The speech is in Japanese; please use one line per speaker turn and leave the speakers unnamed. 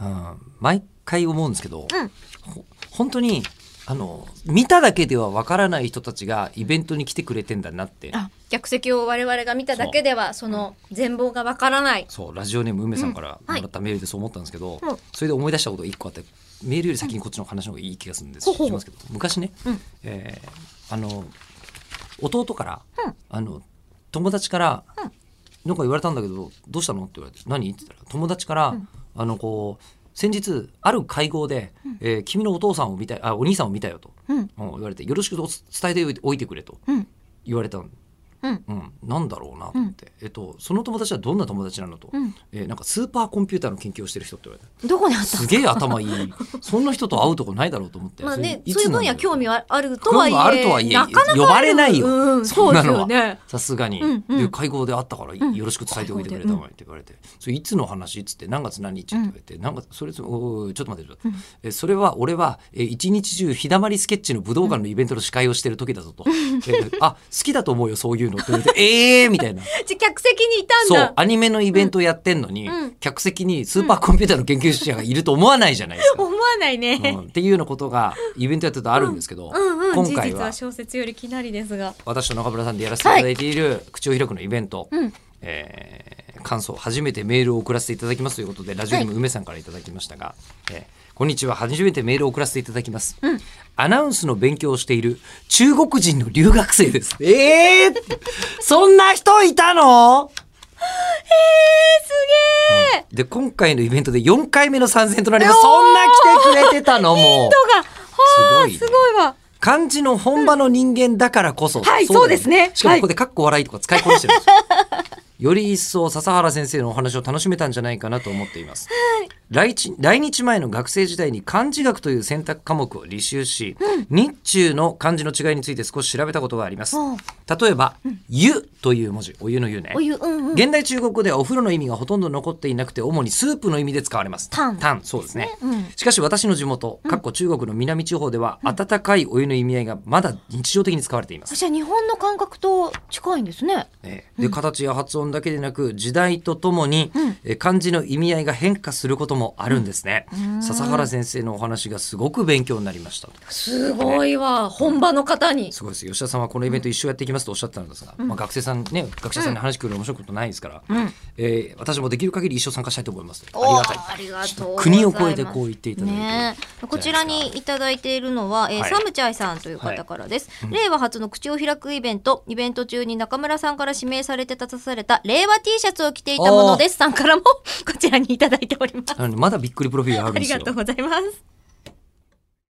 うん、毎回思うんですけど、
うん
ほ本当にあの見ただけではわからない人たちがイベントに来てくれてんだなって
あ逆席を我々が見ただけではその全貌がわからない
そうラジオネーム梅さんから
うん
も
は
ら
い
ったメールでそう思ったんですけど、
うん
それで思い出したことが一個あってメールより先にこっちの話の方がいい気がするんです、
ほうほう
しますけど昔ね、
うん
えーあの弟から、
うん
あの友達から、
うん
なんか言われたんだけどどうしたのって言われて何って言ったら友達から、
うん
あのこう先日ある会合で、えー君のお父さんを見たあお兄さんを見たよと、
うん
うん言われてよろしくお伝えておいてくれと
うん
言われたの
うん
うん、なんだろうなと思って、えっと、その友達はどんな友達なのと、
うん
えーなんかスーパーコンピューターの研究をしてる人って言われて
どこ にあった
すげえ頭いいそんな人と会うとこないだろうと思って、
まあね
それ
そういう分野
つな
興
んだろ
味はあると
興
は
味
いえ
はあるとはいえ
なかなか
呼ばれないよ
うん
そ
そ
ん
う
な
です
のは
よね
うさすがに、
うんうん
で会合で会ったから
ん
よろしく伝えておいてくれたまえって言われて、それいつの話っつって何月何日って言われて、何月それつおーちょっと待ってちょっと待って、えそれは俺はえー一日中日だまりスケッチの武道館のイベントの司会をしてる時だぞと、えーあ好きだと思うよそういうのって言われてええーみたいな
じゃ客席にいたん
そう
だ
アニメのイベントやってんのに、
うん
客席にスーパーコンピューターの研究者がいると思わないじゃないですか。
思わないね、
うんっていうようなことがイベントやってるとあるんですけど、
うんうん、
今回
事実
は
は小説よりきなりですが
私と中村さんでやらせていただいている「口を開く」のイベント、
うん
えー感想初めてメールを送らせていただきますということでラジオネーム梅さんからいただきましたが、えーこんにちは初めてメールを送らせていただきます、アナウンスの勉強をしている中国人の留学生ですえー、そんな人いたのえー、すげえ、うんで今回のイベントで4回目の参戦となりますそんな来てくれてたのもう
人がはあすご
すごい
い,、
ね
わ
漢字の本場の人間だからこそ、
は
だ
い
よね
そうですね
しかもここでかっこ笑いとか使いこなしてるんですよ、 より一層笹原先生のお話を楽しめたんじゃないかなと思っています、来日来日前の学生時代に漢字学という選択科目を履修し、日中の漢字の違いについて少し調べたことがあります
うん
例えば「湯」という文字お湯の湯ね
お湯うんうん
現代中国語ではお風呂の意味がほとんど残っていなくて主にスープの意味で使われます。
タン
タンそうですね。
うん
しかし私の地元、かっこ中国の南地方では温かいお湯の意味合いがまだ日常的に使われています。
じゃあ日本の感覚と近いんですね
えーで形や発音だけでなく時代とともに、
うん
えー漢字の意味合いが変化することもあるんですね。
ん
笹原先生のお話がすごく勉強になりました。
すごいわ本場の方に
すごいです吉田さんはこのイベント一生やっていきますとおっしゃってたんですが、まあ、学生さんね学者さんに話聞くの面白いことないですから、
ん
えー私もできる限り一生参加したいと思いますと
お
あ
ー
りがたい
ありがとう
国を越えてこう言っていただいて、
ねえ、こちらにいただいているのは、えー
はい
サムチャイさんという方からです、令和初の口を開くイベントイベント中に中村さんから指名されて立たされた令和 T シャツを着ていたものですさんからもこちらにいただいております
なのでまだびっくりプロフィールあるんで
あり
すよ
がとうございます